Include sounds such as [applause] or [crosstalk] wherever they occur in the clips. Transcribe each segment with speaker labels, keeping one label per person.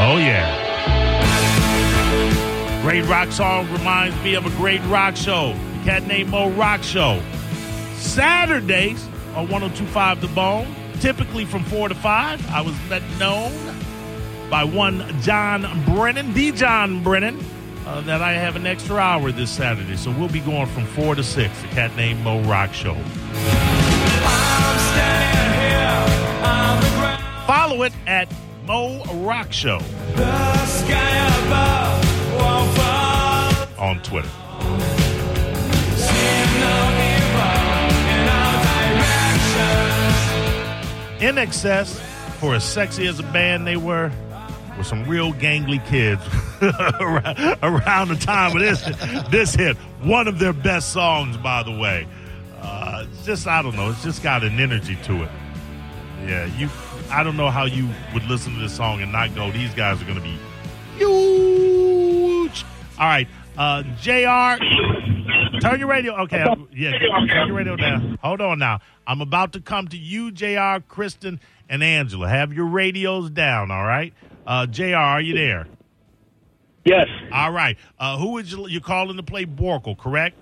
Speaker 1: Oh, yeah. Great rock song reminds me of a great rock show. The cat named Mo Rock Show. Saturdays on 1025 The Bone, typically from 4 to 5. I was let known by one John Brennan, the John Brennan, uh, that I have an extra hour this Saturday. So we'll be going from 4 to 6. The cat named Mo Rock Show. Follow it at Mo Rock Show on Twitter. In excess, for as sexy as a band they were, were some real gangly kids [laughs] around around the time of this this hit. One of their best songs, by the way. Uh, it's just I don't know. It's just got an energy to it. Yeah, you. I don't know how you would listen to this song and not go. These guys are going to be huge. All right, uh, Jr. Turn your radio. Okay, I'm- yeah, turn your radio down. Hold on now. I'm about to come to you, Jr. Kristen and Angela. Have your radios down. All right, uh, Jr. Are you there?
Speaker 2: Yes.
Speaker 1: All right. Uh, who would you you calling to play Borkle? Correct.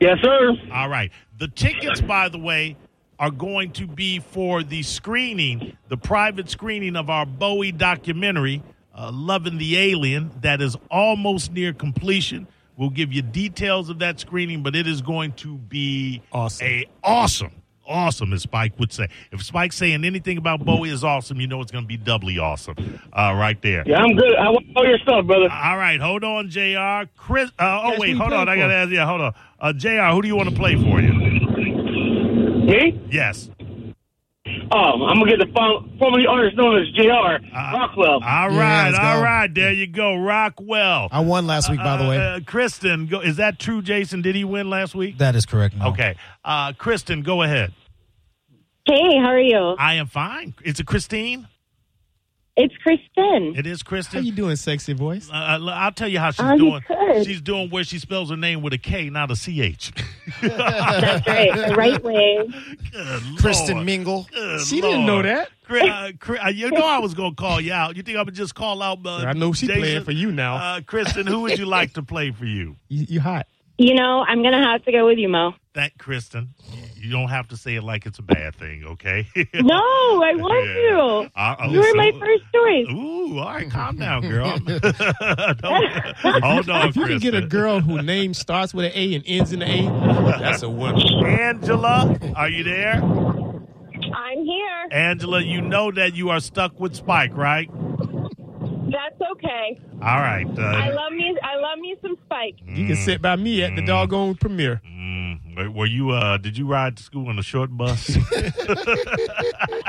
Speaker 2: Yes, sir.
Speaker 1: All right. The tickets, by the way, are going to be for the screening, the private screening of our Bowie documentary, uh, Loving the Alien, that is almost near completion. We'll give you details of that screening, but it is going to be
Speaker 3: Awesome.
Speaker 1: a awesome, awesome, as Spike would say. If Spike's saying anything about Bowie is awesome, you know it's going to be doubly awesome uh, right there.
Speaker 2: Yeah, I'm good. I want all your stuff, brother.
Speaker 1: All right, hold on, Jr. Chris. Uh, oh
Speaker 3: Yes,
Speaker 1: wait,
Speaker 3: who you
Speaker 1: hold on. I
Speaker 3: playing
Speaker 1: gotta
Speaker 3: for?
Speaker 1: ask. Yeah, hold on. Uh, Jr. Who do you want to play for you?
Speaker 2: Me?
Speaker 1: Yes.
Speaker 2: Um, I'm gonna get the fo- formerly artist known as Jr. Rockwell.
Speaker 1: All
Speaker 3: Yeah,
Speaker 1: right,
Speaker 3: let's
Speaker 1: all
Speaker 3: go.
Speaker 1: right. There you go, Rockwell.
Speaker 3: I won last week, by the way.
Speaker 1: Uh, uh, Kristen, go, is that true, Jason? Did he win last week?
Speaker 3: that is correct. Mo.
Speaker 1: Okay, uh, Kristen, go ahead.
Speaker 4: Hey, how are you?
Speaker 1: I am fine. Is it Christine?
Speaker 4: It's Kristen.
Speaker 1: [laughs] It is
Speaker 3: How
Speaker 1: Kristen.
Speaker 3: you doing, sexy voice?
Speaker 1: Uh, uh, I'll tell you how she's
Speaker 4: Oh, you
Speaker 1: doing.
Speaker 4: could.
Speaker 1: She's doing where she spells her name with a K, not a C H. [laughs]
Speaker 4: That's right. The right way.
Speaker 3: Kristen
Speaker 1: Lord.
Speaker 3: Mingle.
Speaker 1: Good
Speaker 3: she didn't know
Speaker 1: Lord.
Speaker 3: that.
Speaker 1: Chri- uh, Chri- uh, you know I was going to call you out. You think I would just call out? Uh,
Speaker 3: I know she
Speaker 1: Jason?
Speaker 3: playing for you now.
Speaker 1: Uh, Kristen, who would you like to play for you?
Speaker 3: you, you hot.
Speaker 4: You know, I'm gonna have to go with you, Mo.
Speaker 1: That Kristen, you don't have to say it like it's a bad thing, okay? [laughs]
Speaker 4: No, I want you.
Speaker 1: Uh, oh,
Speaker 4: You were
Speaker 1: so-
Speaker 4: my first choice.
Speaker 1: Ooh, all right, calm down, girl. [laughs] Don't- Hold on,
Speaker 3: if you can get a
Speaker 1: Oh, Kristen.
Speaker 3: girl who name starts with an A and ends in an A, that's a woman.
Speaker 1: Angela, are you there?
Speaker 4: I'm here.
Speaker 1: Angela, you know that you are stuck with Spike, right?
Speaker 4: That's okay.
Speaker 1: All right. Uh,
Speaker 4: love me. I love me some Spike.
Speaker 3: You can sit by me at the doggone premiere.
Speaker 1: mm, were you? Uh, did you ride to school on a short bus? [laughs]
Speaker 3: You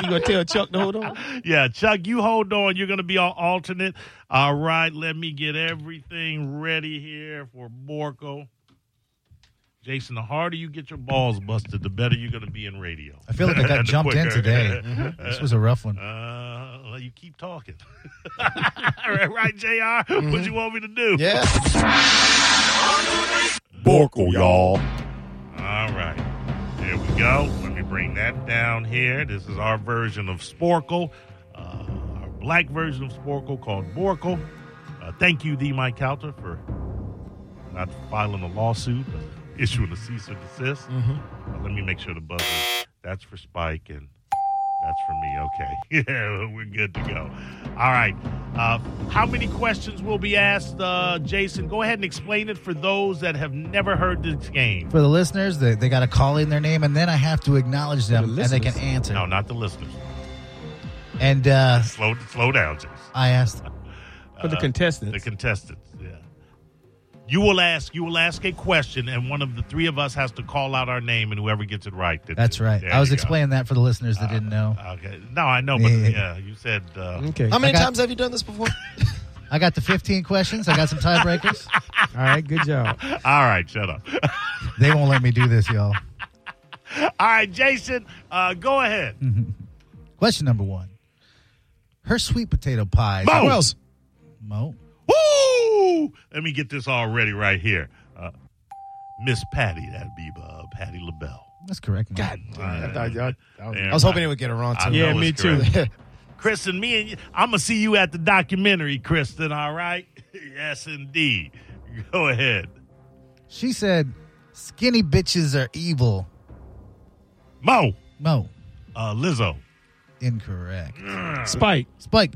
Speaker 3: gonna tell Chuck to hold
Speaker 1: Uh,
Speaker 3: on?
Speaker 1: Yeah, Chuck, you hold on. You're going to be on alternate. All right, let me get everything ready here for Borco. Jason, the harder you get your balls busted, the better you're going to be in radio.
Speaker 5: I
Speaker 1: [laughs]
Speaker 5: feel like I got
Speaker 1: And the
Speaker 5: jumped in
Speaker 1: quicker. [laughs]
Speaker 5: today. This was a rough one.
Speaker 1: Uh, well, you keep talking. [laughs] right, right, junior What you want me to do?
Speaker 5: Mm-hmm. Yeah.
Speaker 6: Borkle,
Speaker 1: All
Speaker 6: y'all.
Speaker 1: right. There we go. Let me bring that down here. This is our version of Sporkle, uh, our black version of Sporkle called Borkle. Uh, thank you, D. Mike Calter, for not filing a lawsuit, but [laughs] issuing a cease and desist. Uh, let me make sure the buzzer. That's for Spike and that's for me. Okay. [laughs] Yeah, we're good to go. All right. Uh, how many questions will be asked, uh, Jason? Go ahead and explain it for those that have never heard this game.
Speaker 5: For the listeners, they, they got to call in their name, and then I have to acknowledge them,
Speaker 3: the
Speaker 5: and they can
Speaker 3: listeners.
Speaker 5: answer.
Speaker 1: No, not the listeners.
Speaker 5: And uh,
Speaker 1: Slow, slow down, Jason.
Speaker 5: I asked,
Speaker 3: For the
Speaker 1: The
Speaker 3: contestants.
Speaker 1: contestants. Yeah. You will ask. You will ask a question, and one of the three of us has to call out our name, and whoever gets it right. Did
Speaker 5: that's
Speaker 1: it.
Speaker 5: right.
Speaker 1: There
Speaker 5: I was
Speaker 1: you go.
Speaker 5: explaining that for the listeners that didn't know.
Speaker 1: Okay. No, I know, but
Speaker 5: Yeah.
Speaker 1: yeah, you said. Uh,
Speaker 3: okay.
Speaker 5: many got- times
Speaker 3: have you done this before?
Speaker 5: I got the 15 questions. I got
Speaker 1: [laughs]
Speaker 5: some tiebreakers.
Speaker 3: All right, good job.
Speaker 1: All right, shut up. [laughs]
Speaker 5: they won't let me do this, y'all.
Speaker 1: All right, Jason, uh, go ahead.
Speaker 5: Hmm. Question number one. Her sweet potato pies.
Speaker 1: Mo!
Speaker 5: Mo.
Speaker 1: Woo! Let me get this already right here. Uh, Miss Patty, that'd be uh, Patty LaBelle.
Speaker 5: That's correct, Mo.
Speaker 3: God damn, I, thought y'all, I was,
Speaker 1: Yeah,
Speaker 3: I was hoping
Speaker 1: I-
Speaker 3: it would get her wrong
Speaker 1: I
Speaker 3: too. [laughs]
Speaker 1: know it's correct. Kristen, me and you, I'm gonna see you at the documentary, Kristen. All right? [laughs] yes, indeed. Go ahead.
Speaker 5: She said, "Skinny bitches are evil."
Speaker 1: Mo,
Speaker 5: Mo,
Speaker 1: uh, Lizzo.
Speaker 5: incorrect.
Speaker 3: Spike.
Speaker 5: Spike,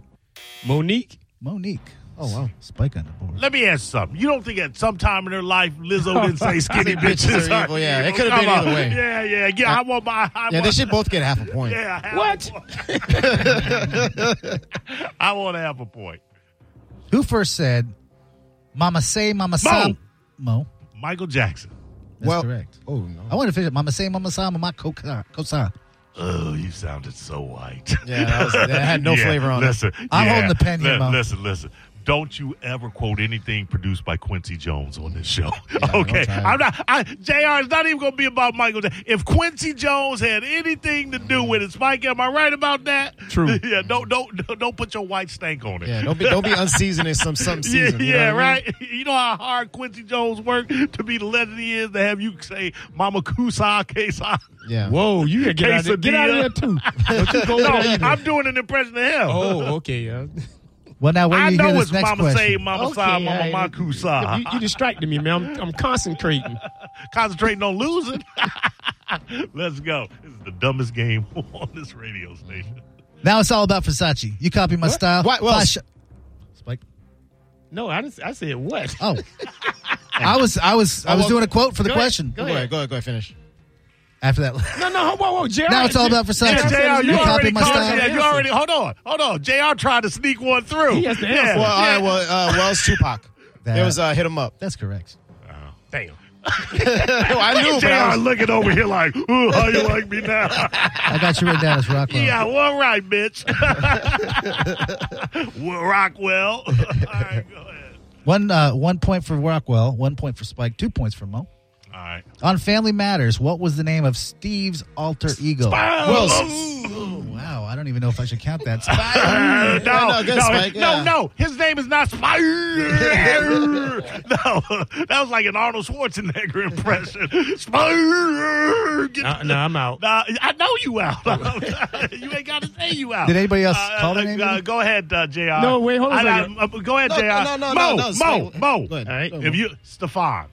Speaker 3: Monique.
Speaker 5: Monique. Oh wow, Spike on the board.
Speaker 1: Let me ask something. You don't think at some time in her life Lizzo didn't
Speaker 6: [laughs]
Speaker 1: say skinny
Speaker 6: bitches
Speaker 1: bitches
Speaker 6: are
Speaker 1: are
Speaker 6: evil, yeah. It
Speaker 1: evil?
Speaker 6: could have been
Speaker 1: Come on.
Speaker 6: either way.
Speaker 1: Yeah, yeah, yeah. I want my. I
Speaker 6: Yeah,
Speaker 1: want,
Speaker 6: they should both get half a point.
Speaker 1: Yeah. I have
Speaker 3: What?
Speaker 1: a point. [laughs] I want to have a point.
Speaker 5: Who first said, "Mama say, Mama say"? Mo.
Speaker 1: Michael Jackson.
Speaker 5: That's correct.
Speaker 6: Oh no.
Speaker 5: I want to finish it. Mama say, Mama say, Mama coca, cosign.
Speaker 1: Oh, you sounded so white. [laughs]
Speaker 6: yeah, that, was, that had no
Speaker 1: Yeah,
Speaker 6: flavor on
Speaker 1: listen,
Speaker 5: I'm
Speaker 1: yeah.
Speaker 5: holding the pen here,
Speaker 1: Li-
Speaker 5: Mo.
Speaker 1: Listen, listen. Don't you ever quote anything produced by Quincy Jones on this
Speaker 6: [laughs]
Speaker 1: show. okay.
Speaker 6: try.
Speaker 1: I'm not I JR is not even gonna be about Michael J. If Quincy Jones had anything to do with it, Spike, am I right about that?
Speaker 3: True.
Speaker 1: [laughs] yeah, don't don't don't- don't put your white stank on it.
Speaker 6: it. Yeah, don't be don't
Speaker 1: [laughs]
Speaker 6: be unseasoned in some some
Speaker 1: Yeah,
Speaker 6: season. you know
Speaker 1: yeah,
Speaker 6: what I mean?
Speaker 1: right. [laughs] You know how hard Quincy Jones worked to be the legend he is to have you say Mama Kusa
Speaker 6: [laughs]
Speaker 1: Kesa.
Speaker 6: Yeah.
Speaker 3: Whoa, you gotta get out of there. Get out of there too.
Speaker 1: [laughs]
Speaker 3: Don't you go
Speaker 1: No,
Speaker 3: there either.
Speaker 1: I'm doing an impression of him.
Speaker 3: Oh, okay. Yeah.
Speaker 5: Well, now when
Speaker 1: I
Speaker 5: you
Speaker 1: know
Speaker 5: hear
Speaker 1: it's
Speaker 5: this next
Speaker 1: Mama
Speaker 5: question,
Speaker 1: Say, Mama
Speaker 3: Okay,
Speaker 1: Sai, Mama
Speaker 3: I-
Speaker 1: Maku Sai.
Speaker 3: You, you distracted me, man. I'm, I'm concentrating.
Speaker 1: Concentrating on losing. [laughs] Let's go. This is the dumbest game [laughs] on this radio station.
Speaker 5: now it's all about Versace. You copy my style.
Speaker 6: Why- well,
Speaker 5: Fly
Speaker 6: s-
Speaker 5: sh- Spike.
Speaker 3: No, I didn't. I said what?
Speaker 5: Oh, I was, I was, I
Speaker 6: Oh,
Speaker 5: was
Speaker 6: well,
Speaker 5: doing a quote for the
Speaker 3: go ahead.
Speaker 5: question.
Speaker 6: Go ahead, go ahead, go ahead, finish.
Speaker 5: After that,
Speaker 3: [laughs] No, no, whoa, whoa, Jerry.
Speaker 5: now it's
Speaker 3: [laughs]
Speaker 5: all about Versace.
Speaker 1: Yeah, JR, you,
Speaker 5: you
Speaker 1: already
Speaker 5: copy my
Speaker 1: called
Speaker 5: style.
Speaker 1: yeah, You already hold on, hold on. JR tried to sneak one through.
Speaker 3: He has to answer.
Speaker 1: Yeah,
Speaker 6: Well, all
Speaker 1: yeah.
Speaker 6: right, well, uh, Wells Tupac.
Speaker 5: That-
Speaker 6: It was uh, hit him up.
Speaker 5: That's correct.
Speaker 1: Damn.
Speaker 6: No, [laughs] I knew, but I
Speaker 1: JR
Speaker 6: was-
Speaker 1: looking over here like, ooh, how you like me [laughs] now?
Speaker 5: I got you written down as Rockwell.
Speaker 1: yeah, well, right, bitch. [laughs] Well, Rockwell. [laughs] All right, go ahead.
Speaker 5: One, uh, one point for Rockwell. One point for Spike. Two points for Mo.
Speaker 1: All right.
Speaker 5: On Family Matters, what was the name of Steve's alter ego?
Speaker 1: Wells.
Speaker 5: Oh, wow, I don't even know if I should count that. Spike.
Speaker 1: Uh,
Speaker 6: [laughs]
Speaker 1: no,
Speaker 6: no, good,
Speaker 1: no,
Speaker 6: Spike,
Speaker 1: no,
Speaker 6: yeah.
Speaker 1: no. His name is not
Speaker 6: [laughs]
Speaker 1: Spike. no, that was like an Arnold Schwarzenegger impression. Spike. Get-
Speaker 3: Uh, no, I'm out.
Speaker 1: Nah, I know you out. [laughs] you ain't got to say you out.
Speaker 5: Did anybody else
Speaker 1: Uh,
Speaker 5: call
Speaker 1: uh,
Speaker 5: their name?
Speaker 1: uh, go ahead, uh, Jr.
Speaker 3: No, wait, hold on a
Speaker 1: I- I-
Speaker 3: second.
Speaker 1: uh, go ahead,
Speaker 6: No,
Speaker 1: Jr.
Speaker 6: no, no, no,
Speaker 1: Mo,
Speaker 6: no,
Speaker 1: Mo,
Speaker 6: Spike.
Speaker 1: Mo.
Speaker 6: Go ahead.
Speaker 3: All right.
Speaker 1: If you, Stefan.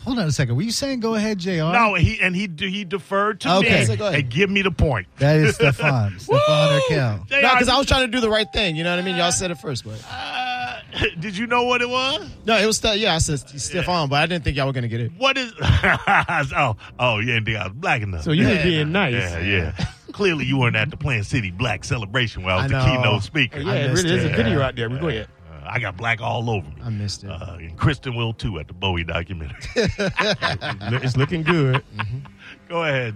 Speaker 5: Hold on a second. Were you saying go ahead, Jr.?
Speaker 1: No, he and he de- he deferred to
Speaker 5: Okay.
Speaker 1: me
Speaker 5: So
Speaker 6: go ahead.
Speaker 1: and give me the point.
Speaker 5: That is
Speaker 6: [laughs]
Speaker 5: Stefan. Stefan Urkel.
Speaker 1: JR,
Speaker 6: No, because I was trying to do the right thing. You know what I mean? Y'all said it first, but
Speaker 1: uh, [laughs] did you know what it was?
Speaker 6: no, it was st- yeah. I said stiff on, but I didn't think y'all were gonna get it.
Speaker 1: What is? [laughs] oh, oh, you didn't think I was black enough.
Speaker 3: So you were being nice.
Speaker 1: yeah, yeah. [laughs] Clearly, you weren't at the Plant City Black celebration where I was
Speaker 6: I
Speaker 1: the
Speaker 6: know.
Speaker 1: keynote speaker.
Speaker 3: Oh, Yeah,
Speaker 6: I
Speaker 3: it
Speaker 6: missed
Speaker 3: really, there's
Speaker 6: it.
Speaker 3: a video out there. We go ahead.
Speaker 1: Uh, I got black all over me.
Speaker 6: I missed it.
Speaker 1: Uh, and Kristen will too at the Bowie documentary. Mm-hmm.
Speaker 3: It's looking good.
Speaker 1: Go ahead,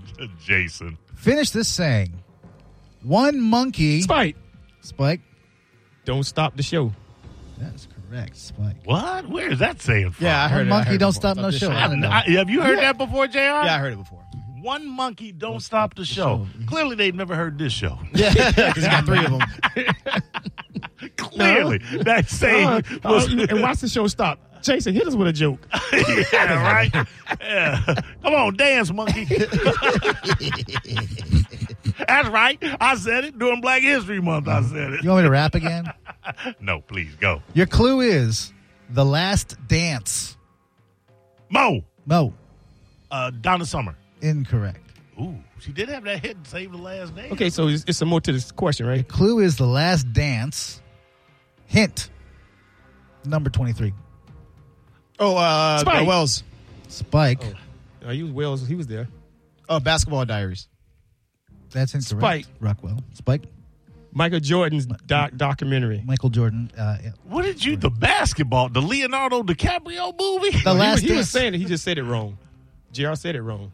Speaker 1: [laughs] Jason.
Speaker 5: Finish this saying. One monkey.
Speaker 3: Spike,
Speaker 5: Spike.
Speaker 3: don't stop the show.
Speaker 5: That's correct, Spike.
Speaker 1: What? Where is that saying from?
Speaker 6: yeah, I heard it. I
Speaker 5: monkey
Speaker 6: heard it
Speaker 5: don't
Speaker 6: before.
Speaker 5: stop no
Speaker 6: Stop this
Speaker 5: show.
Speaker 6: shit.
Speaker 5: I don't know.
Speaker 1: I- have you heard that before, Jr?
Speaker 6: Yeah, I heard it before.
Speaker 1: One monkey don't, stop, the show. Clearly, they've never heard this show.
Speaker 6: [laughs] Yeah, because you got three of them.
Speaker 1: [laughs] Clearly, that saying
Speaker 3: [laughs] Uh,
Speaker 1: was
Speaker 3: uh, and watch the show stop. Jason, hit us with a joke.
Speaker 1: [laughs] yeah, right? Yeah. Come on, dance, monkey. [laughs] That's right. I said it during Black History Month. I said
Speaker 5: [laughs] You
Speaker 1: it.
Speaker 5: want me to rap again?
Speaker 1: No, please go.
Speaker 5: Your clue is The Last Dance.
Speaker 1: Mo,
Speaker 5: No,
Speaker 1: uh, Donna Summer.
Speaker 5: incorrect.
Speaker 1: Ooh, she did have that hit and save the last name.
Speaker 3: Okay, so it's, it's some more to this question, right?
Speaker 5: Clue is The Last Dance. Hint. Number 23.
Speaker 6: Oh, uh,
Speaker 3: Spike.
Speaker 6: uh, Wells.
Speaker 5: Spike.
Speaker 3: Uh, he was Wells. He was there.
Speaker 6: Oh, Basketball Diaries.
Speaker 5: That's
Speaker 3: Spike.
Speaker 5: incorrect. Rockwell. Spike.
Speaker 3: Michael Jordan's doc- documentary.
Speaker 5: Michael Jordan. Uh, yeah.
Speaker 1: What did you, the basketball, the Leonardo DiCaprio movie?
Speaker 5: The
Speaker 3: he, was-
Speaker 5: Last
Speaker 3: he was
Speaker 5: Dance.
Speaker 3: saying it. He just said it wrong. JR said it wrong.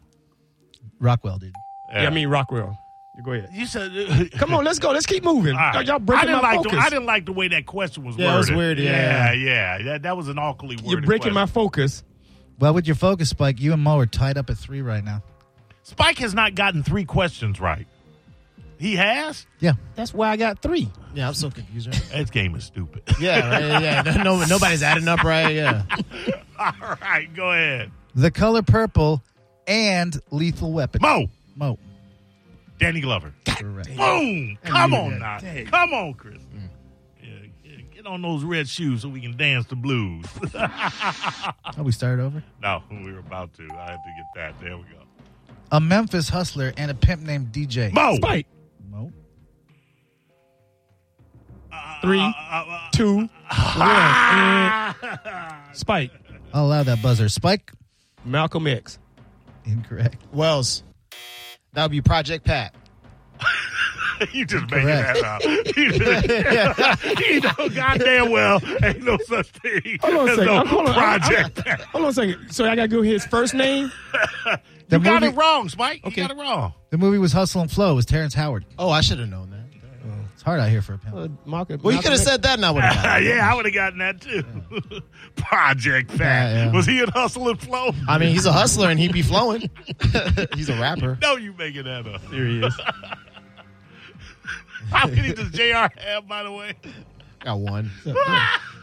Speaker 5: Rockwell, dude.
Speaker 1: [laughs] Yeah.
Speaker 3: Yeah, I mean Rockwell. You go ahead. Ah.
Speaker 1: you said. uh, [laughs]
Speaker 3: Come on, let's go. Let's keep moving.
Speaker 1: All right.
Speaker 3: Y'all
Speaker 1: I
Speaker 3: breaking
Speaker 1: didn't
Speaker 3: my
Speaker 1: like
Speaker 3: focus.
Speaker 1: The, I didn't like the way that question was
Speaker 6: Yeah, it was
Speaker 1: worded.
Speaker 6: weird,
Speaker 1: yeah,
Speaker 6: yeah.
Speaker 1: yeah. That, that was an awkwardly worded.
Speaker 3: You're breaking my
Speaker 1: question.
Speaker 3: focus.
Speaker 5: Well, with your focus, Spike, you and Mo are tied up at three right now.
Speaker 1: Spike has not gotten three questions right. He has.
Speaker 5: Yeah.
Speaker 3: That's why I got three.
Speaker 6: Yeah, I'm so confused. Right?
Speaker 1: This game is stupid.
Speaker 6: [laughs]
Speaker 1: [laughs]
Speaker 6: yeah, right, yeah. No, no- nobody's adding up right. Yeah.
Speaker 1: All right, go ahead.
Speaker 5: The color purple and lethal weapon.
Speaker 1: Mo,
Speaker 5: Mo.
Speaker 1: Danny Glover.
Speaker 5: Correct.
Speaker 1: Boom! Come
Speaker 5: knew
Speaker 1: on
Speaker 5: that.
Speaker 1: now.
Speaker 5: Dang.
Speaker 1: Come on, Chris. Yeah, yeah, get on those red shoes so we can dance the blues. [laughs]
Speaker 5: Oh, we started over.
Speaker 1: no, we were about to. I had to get that. There we go.
Speaker 5: A Memphis hustler and a pimp named DJ.
Speaker 1: Mo!
Speaker 3: Spike.
Speaker 5: Mo.
Speaker 3: Three,
Speaker 1: Ah. Uh,
Speaker 3: two, one. And Spike.
Speaker 5: I'll allow that buzzer. Spike.
Speaker 3: Malcolm X.
Speaker 5: Incorrect.
Speaker 6: Wells. That would be
Speaker 5: [laughs]
Speaker 6: Project Pat.
Speaker 1: [laughs] you just making
Speaker 5: Correct.
Speaker 1: that up. [laughs] You, just, [laughs] you know goddamn well ain't no such thing
Speaker 3: Hold on a
Speaker 1: as
Speaker 3: second.
Speaker 1: no
Speaker 3: I'm- hold on. I'm-
Speaker 1: project.
Speaker 3: I'm- hold on a second. So I got to go his first name.
Speaker 5: The
Speaker 1: you got
Speaker 5: movie,
Speaker 1: it wrong, Spike.
Speaker 3: Okay.
Speaker 1: You got it wrong.
Speaker 5: the movie was Hustle and Flow. It was Terrence Howard.
Speaker 6: Oh, I should have known that.
Speaker 5: It's hard out here for a pimp.
Speaker 3: Uh, Malcolm,
Speaker 6: Well, you could have said that and I would have
Speaker 1: Uh,
Speaker 6: got [laughs] it.
Speaker 1: yeah, I would have gotten that too. [laughs] project Pat.
Speaker 6: Yeah, yeah.
Speaker 1: Was he in Hustle and Flow?
Speaker 6: I mean, he's a hustler and he'd be flowing. [laughs] he's a rapper.
Speaker 1: no, you making that up.
Speaker 6: There he is.
Speaker 1: How many does JR have, by the way?
Speaker 6: Got one.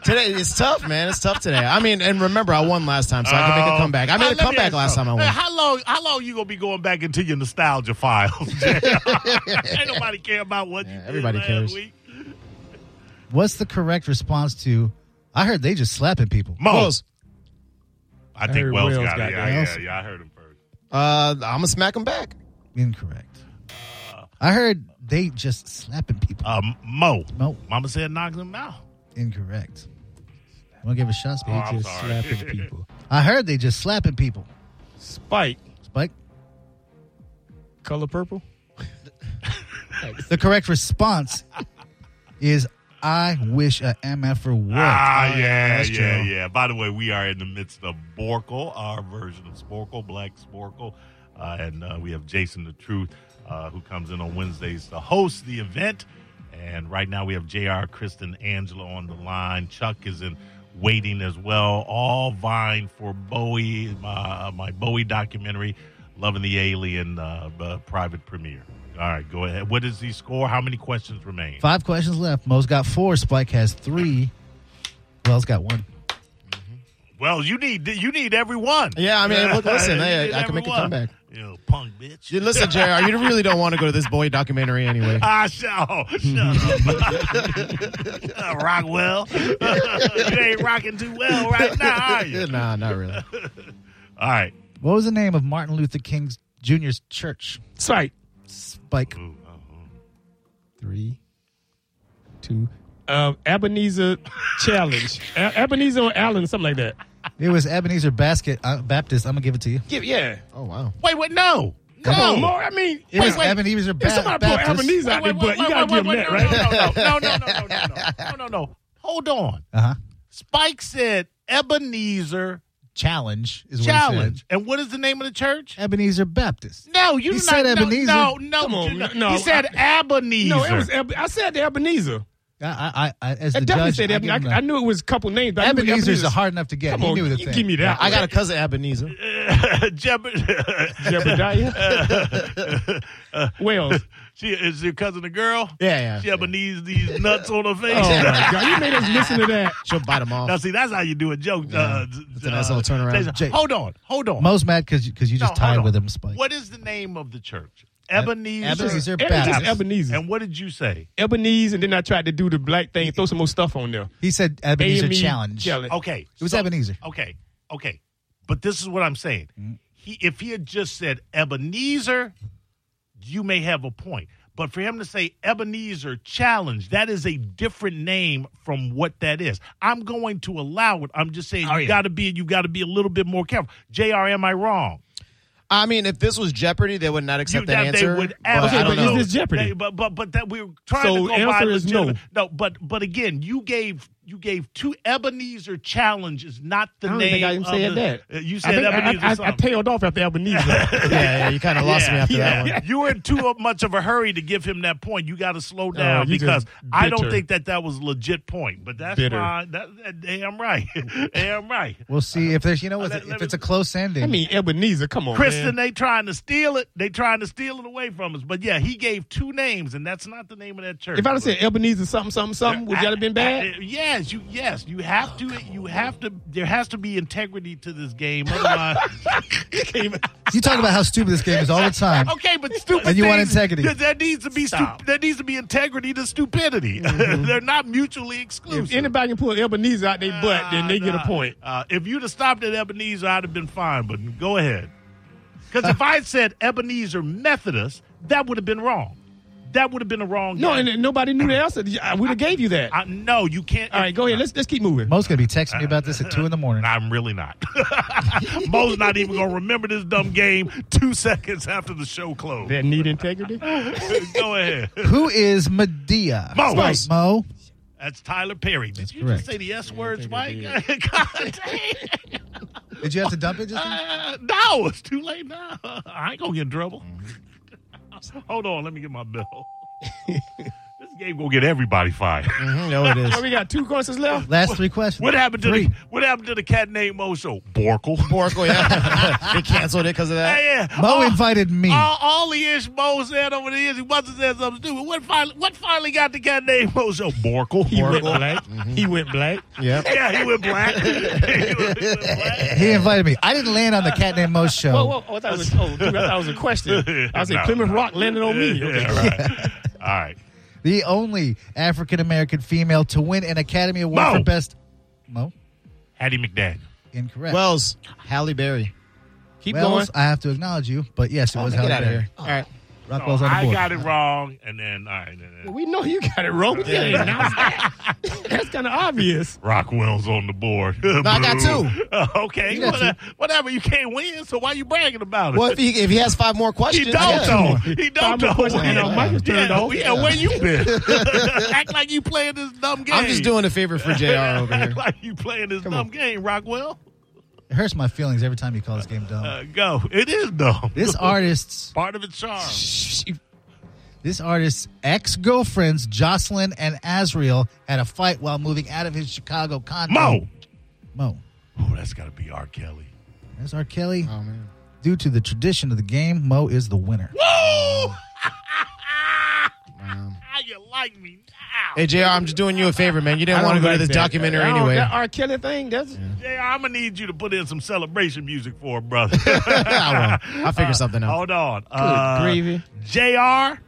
Speaker 6: today it's tough, man. It's tough today. I mean, and remember, I won last time, so I can make a
Speaker 1: Oh.
Speaker 6: comeback. I
Speaker 1: Uh,
Speaker 6: made a
Speaker 1: let me ask
Speaker 6: comeback
Speaker 1: you
Speaker 6: last time I
Speaker 1: something.
Speaker 6: won.
Speaker 1: Hey, How long? How long you gonna be going back into your nostalgia files? JR?
Speaker 6: [laughs]
Speaker 1: Ain't nobody care about what you
Speaker 6: Yeah,
Speaker 1: did
Speaker 6: everybody
Speaker 1: last
Speaker 6: cares.
Speaker 1: Week.
Speaker 5: What's the correct response to? I heard they just slapping people.
Speaker 1: Mo,
Speaker 6: Wells.
Speaker 1: I
Speaker 3: I
Speaker 1: think
Speaker 3: heard
Speaker 1: Wells,
Speaker 3: Wells
Speaker 1: got,
Speaker 3: got
Speaker 1: it.
Speaker 3: that.
Speaker 1: Yeah, yeah,
Speaker 5: Wells?
Speaker 1: yeah, I heard him first.
Speaker 6: Uh, I'm gonna smack him back.
Speaker 5: Incorrect. I heard they just slapping people.
Speaker 1: Um, Mo,
Speaker 5: Mo.
Speaker 1: Mama said knock him out.
Speaker 5: Incorrect. Want to give a shot?
Speaker 1: Oh,
Speaker 5: Spike?
Speaker 3: They
Speaker 1: I'm
Speaker 3: just
Speaker 1: sorry.
Speaker 3: slapping people.
Speaker 5: [laughs] I heard they just slapping people.
Speaker 3: Spike.
Speaker 5: Spike.
Speaker 3: Color purple.
Speaker 5: The correct response
Speaker 1: [laughs]
Speaker 5: is I wish a MFer would.
Speaker 1: Ah, yeah,
Speaker 6: Oh, yeah,
Speaker 1: yeah,
Speaker 6: that's
Speaker 1: yeah,
Speaker 6: true.
Speaker 1: By the way, we are in the midst of Sporkle, our version of Sporkle, Black Sporkle. Uh, and uh, we have Jason the Truth, uh, who comes in on Wednesdays to host the event. And right now we have JR, Kristen, Angela on the line. Chuck is in waiting as well. All vying for Bowie, my, my Bowie documentary, Loving the Alien, uh, uh, private premiere. All right, go ahead. What is the score? How many questions remain?
Speaker 5: Five questions left. Mo's got four. Spike has three. Wells got one.
Speaker 1: Well, you need you need everyone.
Speaker 6: Yeah, I mean, look, listen,
Speaker 1: You
Speaker 6: hey,
Speaker 1: need
Speaker 6: I can make a
Speaker 1: everyone.
Speaker 6: comeback.
Speaker 1: You punk bitch.
Speaker 6: You listen, JR, you really don't want to go to this boy documentary anyway.
Speaker 1: I [laughs] shall. Shut up. [laughs] Rockwell. you ain't rocking too well right now, are
Speaker 5: [laughs]
Speaker 1: you?
Speaker 6: nah, not really.
Speaker 1: All right.
Speaker 5: What was the name of Martin Luther King Jr.'s church?
Speaker 3: Spike.
Speaker 5: Spike.
Speaker 1: Ooh, oh,
Speaker 3: uh-huh.
Speaker 1: oh.
Speaker 3: Three, two. Um, Ebenezer challenge. E- Ebenezer or Allen, something like that.
Speaker 5: It was Ebenezer Basket uh, Baptist. I'm gonna give it to you.
Speaker 3: Give, yeah.
Speaker 6: Oh wow.
Speaker 1: Wait, what? No.
Speaker 3: Come
Speaker 1: No.
Speaker 3: on, Mo. I mean,
Speaker 5: It
Speaker 3: wait,
Speaker 5: was
Speaker 3: wait.
Speaker 5: Ebenezer
Speaker 3: If somebody
Speaker 5: ba-
Speaker 3: pull
Speaker 5: Baptist.
Speaker 3: Ebenezer out
Speaker 1: Wait, wait,
Speaker 3: their butt,
Speaker 1: wait,
Speaker 3: you gotta
Speaker 1: wait,
Speaker 3: give
Speaker 1: wait,
Speaker 3: them that,
Speaker 1: wait,
Speaker 3: right?
Speaker 1: No, no, no, no, no, no, no, no, no, no, no. Hold on.
Speaker 5: Uh huh.
Speaker 1: Spike said Ebenezer
Speaker 5: Challenge is what He
Speaker 1: Challenge. And what is the name of the church?
Speaker 5: said. Ebenezer Baptist.
Speaker 1: No, you
Speaker 5: He
Speaker 1: not,
Speaker 5: said
Speaker 1: no,
Speaker 5: Ebenezer.
Speaker 1: No, no,
Speaker 3: Come on,
Speaker 1: no,
Speaker 3: no,
Speaker 1: He said Ebenezer.
Speaker 3: No, it was. Eb- I said the Ebenezer.
Speaker 5: I, I, I as
Speaker 3: I
Speaker 5: the
Speaker 3: definitely
Speaker 5: judge,
Speaker 3: said
Speaker 5: I give him
Speaker 3: Ebenezer. I, I
Speaker 5: that.
Speaker 3: knew it was a couple names. But I knew
Speaker 5: Ebenezer's
Speaker 3: Ebenezer-
Speaker 5: are hard enough to get.
Speaker 3: Come
Speaker 5: he
Speaker 3: on,
Speaker 5: knew the
Speaker 3: you
Speaker 5: thing.
Speaker 3: give me that.
Speaker 6: I got a cousin
Speaker 3: [laughs]
Speaker 6: Ebenezer.
Speaker 1: [laughs] Jeb- [laughs]
Speaker 3: Jebediah. Wells.
Speaker 1: she is your cousin a girl.
Speaker 6: Yeah, yeah.
Speaker 1: She Ebenezer
Speaker 6: [laughs]
Speaker 1: these nuts on her face.
Speaker 3: Oh my God! You made us listen to that.
Speaker 6: She'll bite
Speaker 1: [laughs]
Speaker 6: him
Speaker 1: Now
Speaker 6: off.
Speaker 1: see, that's how you do a joke. Uh,
Speaker 6: That's a nice little turnaround.
Speaker 1: Jason, Hold on, hold on.
Speaker 5: Mo's mad because because you
Speaker 1: No,
Speaker 5: just
Speaker 1: hold
Speaker 5: tied
Speaker 1: on.
Speaker 5: with him, Spike.
Speaker 1: What is the name of the church? Ebenezer.
Speaker 5: Ebenezer
Speaker 3: It was
Speaker 5: Baptist.
Speaker 3: just Ebenezer.
Speaker 1: And what did you say?
Speaker 3: Ebenezer, and then I tried to do the black thing, throw some more stuff on there.
Speaker 5: He said Ebenezer
Speaker 3: AME
Speaker 5: challenge.
Speaker 1: Okay,
Speaker 5: It was
Speaker 1: so-
Speaker 5: Ebenezer.
Speaker 1: Okay, okay, but this is what I'm saying. He, if he had just said Ebenezer, you may have a point. But for him to say Ebenezer challenge, that is a different name from what that is. I'm going to allow it. I'm just saying you got to be you got to be a little bit more careful. Jr. Am I wrong?
Speaker 6: I mean, if this was Jeopardy, they would not accept
Speaker 1: You-
Speaker 6: that
Speaker 1: that
Speaker 6: answer.
Speaker 1: They would
Speaker 6: but I
Speaker 1: absolutely-
Speaker 6: don't
Speaker 3: Okay, but
Speaker 6: know.
Speaker 3: is this Jeopardy?
Speaker 1: They- but but but that we're trying
Speaker 3: So
Speaker 1: to go by
Speaker 3: answer is no.
Speaker 1: legitimate- No, but but again, you gave you gave two Ebenezer challenge is not the
Speaker 3: I don't
Speaker 1: name.
Speaker 3: think I even
Speaker 1: of
Speaker 3: said
Speaker 1: the-
Speaker 3: that.
Speaker 1: Uh, You
Speaker 3: I,
Speaker 1: said
Speaker 3: think I-
Speaker 1: Ebenezer.
Speaker 3: I, I, I
Speaker 1: something.
Speaker 3: tailed off after
Speaker 1: [laughs]
Speaker 3: Ebenezer.
Speaker 6: yeah, yeah, you kind of lost me after that one.
Speaker 1: You were in too much of a hurry to give him that point. You got to slow down
Speaker 3: Oh, you
Speaker 1: because
Speaker 3: just
Speaker 1: I don't
Speaker 3: bitter.
Speaker 1: think that that was a legit point. But that's
Speaker 3: Bitter.
Speaker 1: fine. That, that- damn
Speaker 3: [laughs]
Speaker 1: right. damn right.
Speaker 5: We'll see
Speaker 3: Uh,
Speaker 5: if there's you know what
Speaker 1: let- let
Speaker 5: if
Speaker 1: me-
Speaker 5: it's a close ending.
Speaker 3: I mean, Ebenezer. Come on,
Speaker 1: Kristen,
Speaker 3: Oh, man.
Speaker 1: they trying to steal it. They trying to steal it away from us. But yeah, he gave two names, and that's not the name of that church.
Speaker 3: If I'd have said Ebenezer something something something, would y'all have
Speaker 1: I-
Speaker 3: been
Speaker 1: [laughs]
Speaker 3: bad?
Speaker 1: I- yeah, Yes, you. Yes, you have to. You have to. There has to be integrity to this game, otherwise.
Speaker 3: [laughs]
Speaker 5: You talk about how stupid this game is all the
Speaker 1: [laughs]
Speaker 5: time.
Speaker 1: okay, but stupid.
Speaker 5: And you want
Speaker 1: things-
Speaker 5: integrity.
Speaker 1: There, there needs to be. Stu-
Speaker 3: Stop. Mm-hmm.
Speaker 1: there needs to be integrity to stupidity. [laughs] They're not mutually exclusive.
Speaker 3: If anybody can pull Ebenezer out their butt, then they get a
Speaker 1: Nah,
Speaker 3: point.
Speaker 1: Uh, if you'd have stopped at Ebenezer, I'd have been fine. But go ahead, because if I said Ebenezer Methodist, that would have been wrong. That would have been a wrong.
Speaker 3: No,
Speaker 1: guess.
Speaker 3: and, and nobody
Speaker 1: [laughs]
Speaker 3: knew the answer. We'd have gave you that.
Speaker 1: I, no, you can't.
Speaker 3: All right, go ahead. Let's let's keep moving.
Speaker 5: Mo's gonna be texting me about this at two in the morning.
Speaker 1: I'm really not. [laughs] Mo's not even gonna remember this dumb game two seconds after the show closed.
Speaker 3: That need
Speaker 1: [laughs]
Speaker 3: integrity.
Speaker 1: Go ahead.
Speaker 5: Who is Medea?
Speaker 1: Mo.
Speaker 5: Spice. Mo.
Speaker 1: That's Tyler Perry. Did you
Speaker 5: correct.
Speaker 1: just say the S words, Mike? [laughs] God damn.
Speaker 5: Did you have to dump it just? now?
Speaker 1: Uh, no, it's too late now. I ain't gonna get in trouble.
Speaker 5: Mm-hmm.
Speaker 1: Hold on, let me get my bill. this game gonna get everybody
Speaker 5: [laughs]
Speaker 1: fired.
Speaker 6: Mm-hmm, No, it is.
Speaker 3: Oh, we got two courses left.
Speaker 5: Last three questions.
Speaker 1: What happened to
Speaker 5: Three.
Speaker 1: the What happened to the cat named Mo show? Borkle.
Speaker 6: Oracle, oh, yeah. [laughs] they canceled it because of that.
Speaker 1: Hey, yeah. Oh,
Speaker 5: Mo
Speaker 1: all,
Speaker 5: invited me.
Speaker 1: all, all the ish Mo said over the years, he wasn't saying something stupid. What finally, what finally got the cat named Mo show? Borkle.
Speaker 3: He went black.
Speaker 1: Mm-hmm.
Speaker 3: He went black.
Speaker 6: Yep.
Speaker 1: yeah, he went [laughs] black. he went black.
Speaker 5: [laughs] He invited me. I didn't land on the Cat
Speaker 1: [laughs]
Speaker 5: Named Mo show.
Speaker 3: Whoa, whoa! Oh, I thought it was, oh, dude, I thought it was a [laughs] question. I was like,
Speaker 1: No,
Speaker 3: Plymouth
Speaker 1: no.
Speaker 3: Rock landed
Speaker 1: Oh,
Speaker 3: on me. Okay.
Speaker 1: Yeah, right. All right.
Speaker 5: The only African American female to win an Academy Award
Speaker 1: Mo.
Speaker 5: for Best. Mo.
Speaker 1: Hattie McDaniel.
Speaker 5: Incorrect.
Speaker 6: Wells, Halle Berry.
Speaker 3: Keep going.
Speaker 5: Wells, I have to acknowledge you, but yes, it was Halle
Speaker 6: Oh, Get out of
Speaker 5: Berry.
Speaker 6: here. All right.
Speaker 1: No,
Speaker 5: Rockwell's on the
Speaker 1: I
Speaker 5: board.
Speaker 1: got it wrong, and then all right, and then-
Speaker 3: We know you got it wrong. Yeah. [laughs] That's kind of obvious.
Speaker 1: Rockwell's on the board. no, [laughs]
Speaker 6: I got two.
Speaker 1: okay, whatever, whatever. You can't win, so why you bragging about it?
Speaker 6: Well, if he, if he has five more
Speaker 1: He
Speaker 6: questions,
Speaker 1: don't
Speaker 6: yeah.
Speaker 1: though. He don't
Speaker 3: Five more
Speaker 1: though.
Speaker 3: questions. You know, Mike was turned
Speaker 1: yeah,
Speaker 3: off.
Speaker 1: yeah, where you [laughs] been? Act like you playing this dumb game.
Speaker 6: I'm just doing a favor for JR
Speaker 1: [laughs]
Speaker 6: over here.
Speaker 1: Act like you playing this dumb game, Rockwell.
Speaker 5: It hurts my feelings every time you call this game dumb.
Speaker 1: Uh, go. It is dumb. [laughs]
Speaker 5: this artist's
Speaker 1: part of its charm.
Speaker 5: this artist's ex girlfriends Jocelyn and Azriel had a fight while moving out of his Chicago condo.
Speaker 1: Mo.
Speaker 5: Mo.
Speaker 1: Oh, that's got to be R. Kelly.
Speaker 5: That's R. Kelly.
Speaker 6: Oh, man.
Speaker 5: Due to the tradition of the game, Mo is the winner.
Speaker 1: Woo!
Speaker 6: Wow.
Speaker 1: [laughs] How you like me now?
Speaker 6: Hey, JR, I'm just doing you a favor, man. You didn't want to go to this documentary
Speaker 1: Oh,
Speaker 3: I don't-
Speaker 6: anyway.
Speaker 3: Oh, That R. Kelly thing. That's
Speaker 1: Jay, I'm gonna need you to put in some celebration music for it,
Speaker 6: [laughs]
Speaker 1: brother.
Speaker 6: [laughs] I will. I'll figure something out.
Speaker 1: Hold on. Uh,
Speaker 3: gravy.
Speaker 1: Jr.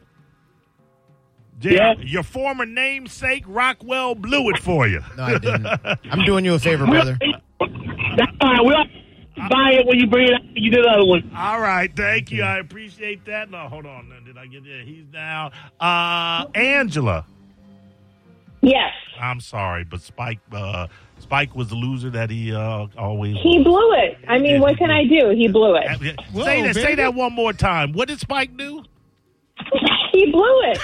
Speaker 1: Jr.
Speaker 2: Yeah?
Speaker 1: Your former namesake Rockwell blew it for you.
Speaker 6: No, I didn't. I'm doing you a favor, brother.
Speaker 2: That's fine. We all buy it when you bring it up. You do the other one.
Speaker 1: All right, thank you. I appreciate that. No, hold on. Did I get there? He's down. Uh, Angela.
Speaker 4: Yes.
Speaker 1: I'm sorry, but Spike. Uh, Spike was the loser that he uh, always.
Speaker 4: He blew it. I mean, what can I do? He blew it.
Speaker 1: Say
Speaker 3: Whoa,
Speaker 1: that. Say
Speaker 3: baby.
Speaker 1: that one more time. What did Spike do?
Speaker 4: He blew
Speaker 1: [laughs]
Speaker 4: it.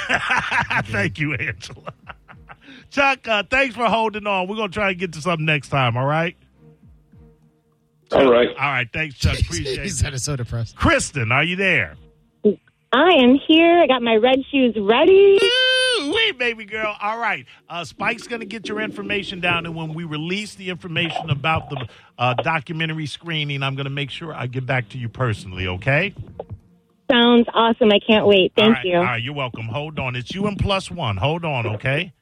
Speaker 1: Thank you, Angela. [laughs] Chuck, uh, thanks for holding on. We're gonna try and get to something next time. All right.
Speaker 2: All right.
Speaker 1: All right. Thanks, Chuck. Appreciate
Speaker 6: He
Speaker 1: it.
Speaker 6: said it's so depressed.
Speaker 1: Kristen, are you there?
Speaker 4: I am here. I got my red shoes ready.
Speaker 1: Wee baby girl. All right. Uh, Spike's going to get your information down. And when we release the information about the uh, documentary screening, I'm going to make sure I get back to you personally, okay?
Speaker 4: Sounds awesome. I can't wait.
Speaker 1: All
Speaker 4: Thank
Speaker 1: right.
Speaker 4: you.
Speaker 1: All right. You're welcome. Hold on. It's you and plus one. Hold on, okay?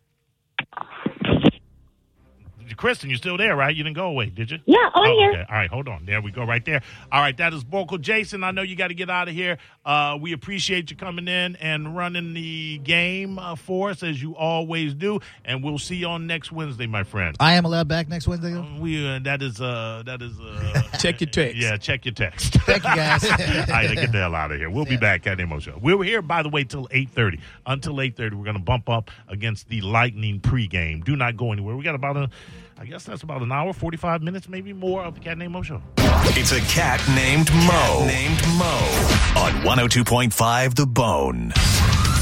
Speaker 1: Kristen, you're still there, right? You didn't go away, did you?
Speaker 4: Yeah, I'm
Speaker 1: Oh,
Speaker 4: here.
Speaker 1: okay. All right, hold on. There we go, right there. All right, that is Borkle. Jason, I know you got to get out of here. Uh, we appreciate you coming in and running the game uh, for us as you always do, and we'll see you on next Wednesday, my friend.
Speaker 5: I am allowed back next Wednesday. though?
Speaker 1: We uh, that is uh that is uh
Speaker 6: [laughs] Check your text.
Speaker 1: Yeah, check your text. [laughs]
Speaker 5: Thank you guys.
Speaker 1: All right, get the hell out of here. We'll be back at Nemo Show. We were here, by the way, till eight thirty. Until eight thirty, we're going to bump up against the Lightning pregame. Do not go anywhere. We got about a, I guess that's about an hour, forty five minutes, maybe more of the Cat Nemo Show.
Speaker 7: It's a oh cat named Mo. named Mo on 102.5 The Bone.